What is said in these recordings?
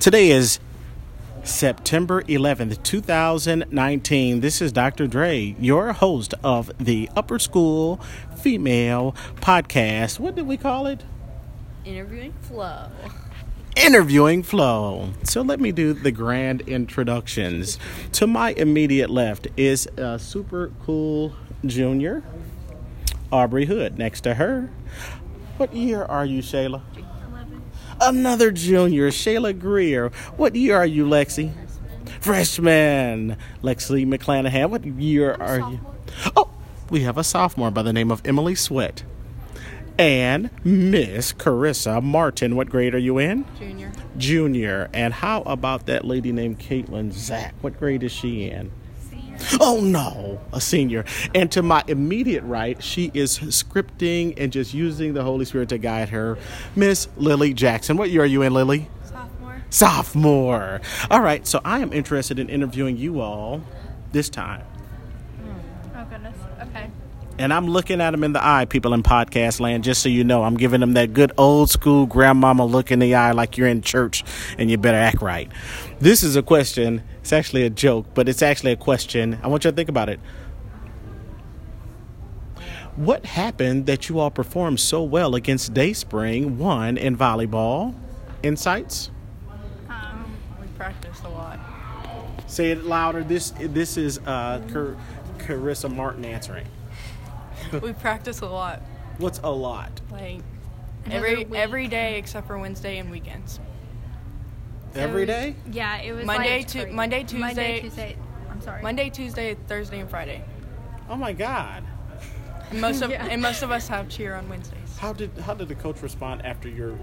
Today is September 11th, 2019. This is Dr. Dre, your host of the Upper School Female Podcast. What did we call it? Interviewing Flo. interviewing flow. So let me do the grand introductions. To my immediate left is uh, super cool junior Aubrey Hood. Next to her, what year are you, Shayla? Another junior, Shayla Greer. What year are you, Lexi? Freshman. Lexi McClanahan. What year are you? Oh, we have a sophomore by the name of Emily Sweat. And Miss Carissa Martin. What grade are you in? Junior. Junior. And how about that lady named Caitlin Zach? What grade is she in? Oh no, a senior. And to my immediate right, she is scripting and just using the Holy Spirit to guide her. Miss Lily Jackson. What year are you in, Lily? Sophomore. Sophomore. All right, so I am interested in interviewing you all this time. Oh goodness. Okay. And I'm looking at them in the eye, people in podcast land, just so you know. I'm giving them that good old school grandmama look in the eye like you're in church and you better act right. This is a question. It's actually a joke, but it's actually a question. I want you to think about it. What happened that you all performed so well against Dayspring, one in volleyball? Insights? Um, we practiced a lot. Say it louder. This this is uh, Car- Carissa Martin answering. we practice a lot. What's a lot? Like every every day except for Wednesday and weekends. Every day? Yeah, it was Monday, like, Tu- Monday, Tuesday- Monday, Tuesday. I'm sorry. Monday, Tuesday, Thursday, and Friday. Oh my God. And most of Yeah. and most of us have cheer on Wednesdays. How did how did the coach respond after your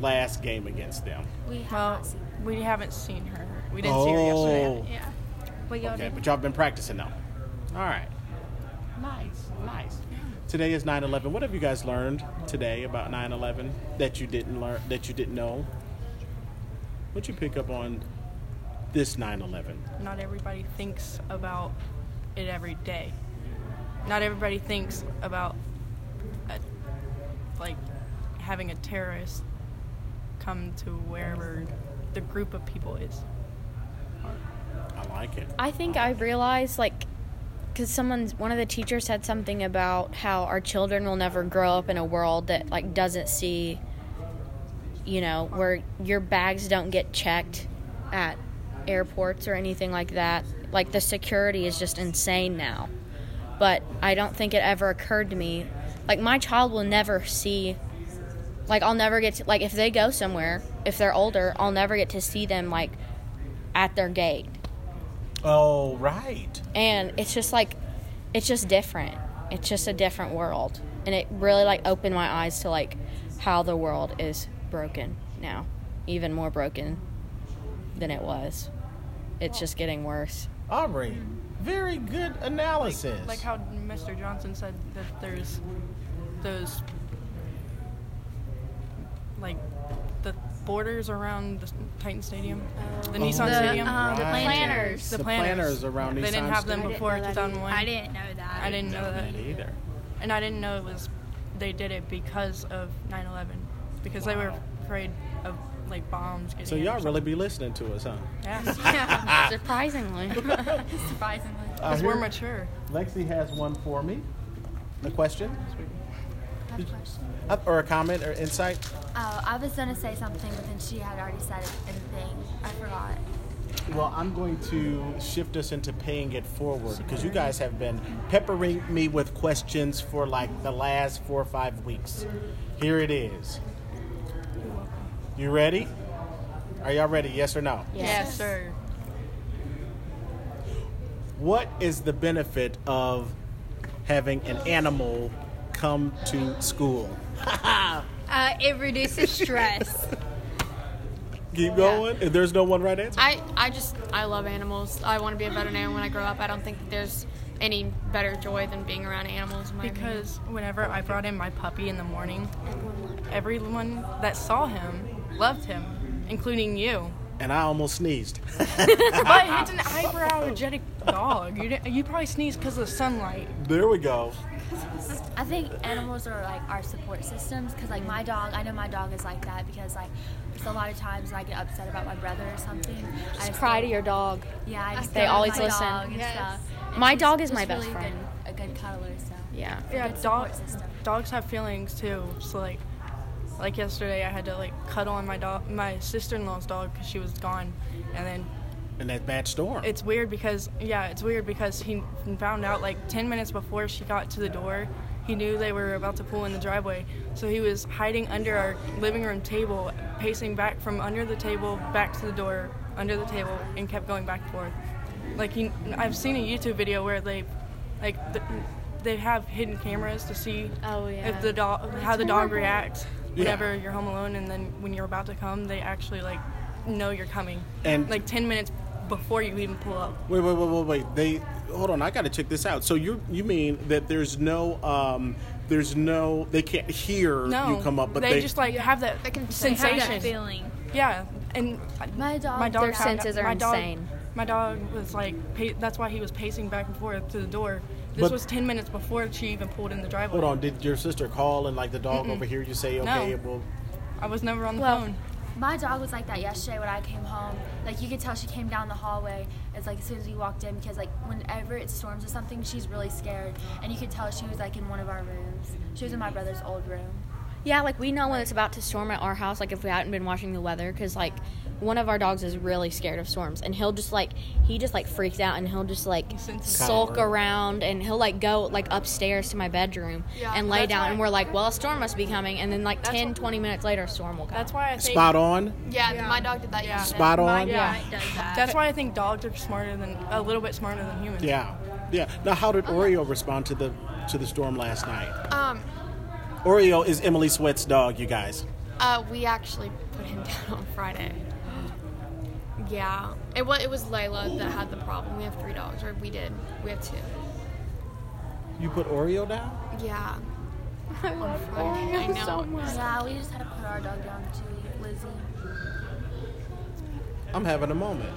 last game against them? We have Well, not seen- we haven't seen her. We didn't see her Oh. yesterday. Yeah. We go Okay, to but y'all been practicing now. All right. Nice, nice. Today is 9/11. What have you guys learned today about 9/11 that you didn't learn that you didn't know? What you pick up on this 9/11? Not everybody thinks about it every day. Not everybody thinks about a, like having a terrorist come to wherever the group of people is. I like it. I think I realized like because someone's one of the teachers said something about how our children will never grow up in a world that like doesn't see you know where your bags don't get checked at airports or anything like that like the security is just insane now but i don't think it ever occurred to me like my child will never see like i'll never get to like if they go somewhere if they're older i'll never get to see them like at their gate Oh, right. and it's just like it's just different it's just a different world and it really like opened my eyes to like how the world is broken now even more broken than it was it's just getting worse Aubrey, very good analysis. Like how Mr. Johnson said that there's those like the borders around the Titan Stadium, the Nissan the, Stadium. uh, the Right. planners. the, the planners, planners. around they these didn't have them uh, I didn't before know that 2001. I didn't know that. I didn't know that. either. And I didn't know it was they did it because of 9/11 because they were afraid of like bombs getting So in or y'all really be listening to us, huh? something. yeah. Yeah, surprisingly surprisingly. I Because we're hear- mature. Lexi has one for me. A question? I have a question. Uh, Or a comment or insight? Oh, I was gonna say something, but then she had already said it in the thing. I forgot. Well, I'm going to shift us into paying it forward because you guys have been peppering me with questions for like the last four or five weeks. Here it is. You ready? Are y'all ready? Yes or no? Yes, sir. What is the benefit of having an animal come to school? Uh, it reduces stress. Keep going. If there's no one right answer. I, I just, I love animals. I want to be a veterinarian when I grow up. I don't think that there's any better joy than being around animals. In my opinion. Because whenever I brought in my puppy in the morning, everyone that saw him loved him, including you. And I almost sneezed. But it's an hyperallergenic dog. You, didn't- you probably sneezed because of the sunlight. There we go. I think animals are like our support systems because like my dog, I know my dog is like that because like there's a lot of times I get upset about my brother or something. I Just cry to your dog. Yeah, I just They go to always my listen. Dog and Yes. stuff. And My he's dog is just my best really friend. Good, a good cuddler, so Yeah. Yeah, Good dog, support system. dogs have feelings too. So like, like yesterday, I had to like cuddle on my dog, my sister-in-law's dog, because she was gone, and then And that bad storm. it's weird because yeah, it's weird because he found out like 10 minutes before she got to the door. He knew they were about to pull in the driveway, so he was hiding under our living room table, pacing back from under the table back to the door, under the table, and kept going back and forth. Like he, I've seen a YouTube video where they, like, th they have hidden cameras to see Oh, yeah. if the dog, how the dog reacts whenever you're home alone, and then when you're about to come, they actually like know you're coming, And- like 10 minutes before you even pull up. Wait, wait, wait, wait, wait. They hold on. I got to check this out. So you you mean that there's no um there's no they can't hear No, you come up, but they, they, just like have that They can- they have that sensation. feeling. yeah, and My dog- my dog Um, Their found- senses are my dog- insane. my dog was like, pa- that's why he was pacing back and forth to the door. This But- was 10 minutes before she even pulled in the driveway. hold on. Did your sister call and like the dog over here? You say okay, No. well. I was never on the Well- phone. My dog was like that yesterday when I came home. Like you could tell she came down the hallway as like as soon as we walked in because like whenever it storms or something, she's really scared. And you could tell she was like in one of our rooms. She was in my brother's old room. Yeah, like we know when it's about to storm at our house, like if we hadn't been watching the weather, because like one of our dogs is really scared of storms, and he'll just like he just like freaks out, and he'll just like sensitive. sulk Coward. around, and he'll like go like upstairs to my bedroom Yeah, and lay that's down, and why- we're like, well, a storm must be coming, and then like That's 10, what- 20 minutes later, a storm will come. That's why I think. Spot on, Yeah, my dog did that. Yeah. spot My on. Yeah. dog does that. That's why I think dogs are smarter than a little bit smarter than humans. Yeah, yeah. Now, how did Oreo respond to the to the storm last night? Um, Oreo is Emily Sweat's dog, you guys. uh, we actually put him down on Friday. Yeah, it was it was Layla that had the problem. We have three dogs, or we did. We have two. You put Oreo down? Yeah. on Friday. I know. Yeah, we just had to put our dog down too, Lizzie. I'm having a moment,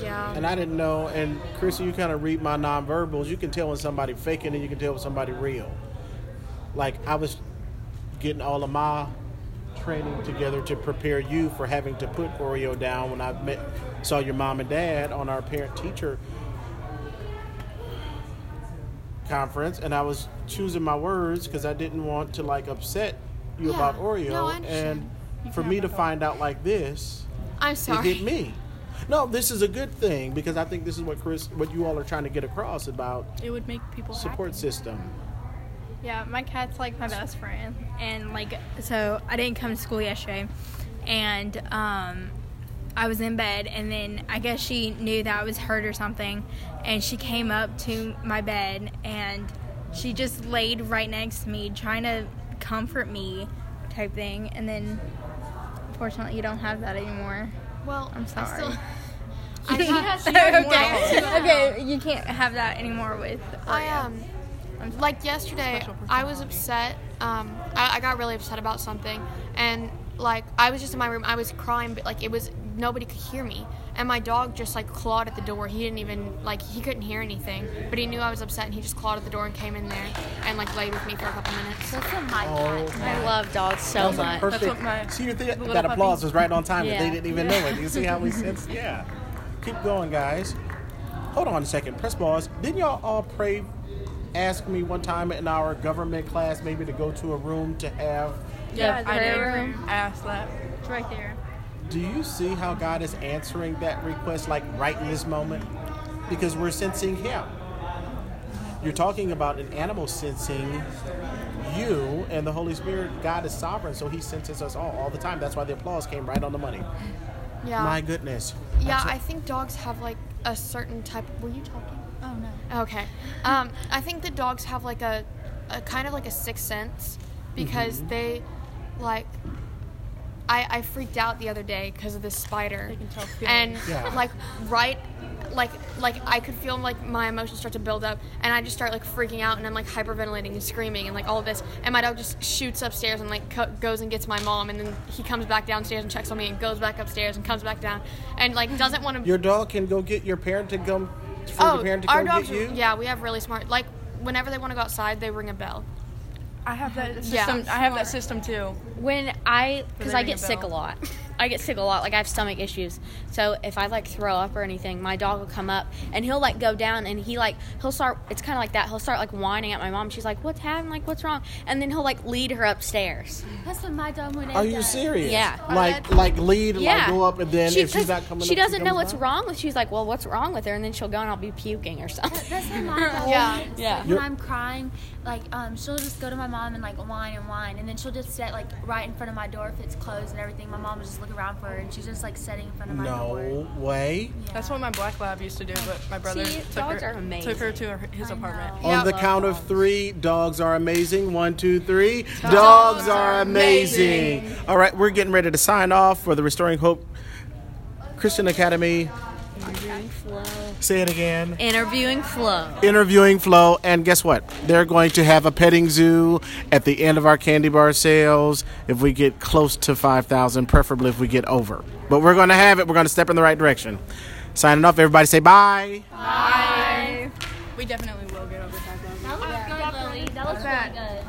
Yeah. and I didn't know. And Chrissy, you kind of read my nonverbals. You can tell when somebody faking, and you can tell when somebody real. Like I was getting all of my training together to prepare you for having to put Oreo down when I met, saw your mom and dad on our parent teacher conference, and I was choosing my words because I didn't want to like upset you Yeah. about Oreo. No, I understand. and for me to find out like this, I'm sorry. it hit me. No, this is a good thing because I think this is what Chris, what you all are trying to get across about It would make people support happy. system. Yeah, my cat's like my best friend, and like so, I didn't come to school yesterday, and um, I was in bed, and then I guess she knew that I was hurt or something, and she came up to my bed, and she just laid right next to me, trying to comfort me, type thing, and then. Fortunately, you don't have that anymore. Well, I'm I still, sorry. I have, okay, okay, you can't have that anymore with. I um, like yesterday, I was upset. Um, I, I got really upset about something, and like I was just in my room. I was crying, but like it was nobody could hear me, and my dog just like clawed at the door. He didn't even like he couldn't hear anything, but he knew I was upset, and he just clawed at the door and came in there and like laid with me for a couple minutes. That's what my Oh, cat. I love dogs so That was a much. perfect- what my see, you think- little that applause puppy- was right on time, and they Yeah. didn't even know it. You see how we sense? Yeah. Keep going, guys. Hold on a second. Press pause. Didn't y'all all pray? Ask me one time in our government class, maybe to go to a room to have. Yeah, I prayer did. room. I asked that. It's right there. Do you see how God is answering that request, like right in this moment? Because we're sensing Him. You're talking about an animal sensing you and the Holy Spirit. God is sovereign, so He senses us all all the time. That's why the applause came right on the money. Yeah. My goodness. Yeah, I think dogs have like a certain type. Were you talking? Oh no. Okay. Um, I think the dogs have like a, a kind of like a sixth sense because they, like, I, I freaked out the other day because of this spider. They can tell and feelings. Yeah. like right, like like I could feel like my emotions start to build up, and I just start like freaking out, and I'm like hyperventilating and screaming and like all this, and my dog just shoots upstairs and like co- goes and gets my mom, and then he comes back downstairs and checks on me, and goes back upstairs and comes back down, and like doesn't want to. Your dog can go get your parent to come for Oh, the parent to come get are- you? Yeah, we have really smart. Like whenever they want to go outside, they ring a bell. I have that Yeah. system. I have that system too. when I because I ring a get sick a bell. lot. I get sick a lot. Like I have stomach issues. So if I like throw up or anything, my dog will come up and he'll like go down and he like he'll start. It's kind of like that. He'll start like whining at my mom. She's like, "What's happening? Like what's wrong?" And then he'll like lead her upstairs. That's what my dog would Are you serious? Yeah. Like like lead, like yeah. go up, and then She- if she's 'cause not coming, she up, doesn't know comes what's down? wrong with. She's like, "Well, what's wrong with her?" And then she'll go and I'll be puking or something. That's what my dog Oh. Yeah. does. Yeah. Like, when You're- I'm crying, like um, she'll just go to my mom and like whine and whine, and then she'll just sit like right in front of my door if it's closed and everything. My mom will just look around for her, and she's just like sitting in front of my door. No way. Yeah. That's what my black lab used to do, but my brother See, took, dogs her, are amazing. took her to her, his I apartment. know. On Yeah. the count of three, dogs are amazing. One, two, three. Dogs are amazing. All right, we're getting ready to sign off for the Restoring Hope Christian Academy. Say it again. Interviewing Flo. interviewing Flo, and guess what? They're going to have a petting zoo at the end of our candy bar sales if we get close to 5,000, preferably if we get over. But we're going to have it. We're going to step in the right direction. Signing off, everybody say bye. We definitely will get over time. That looks good, Lily. That looks really good.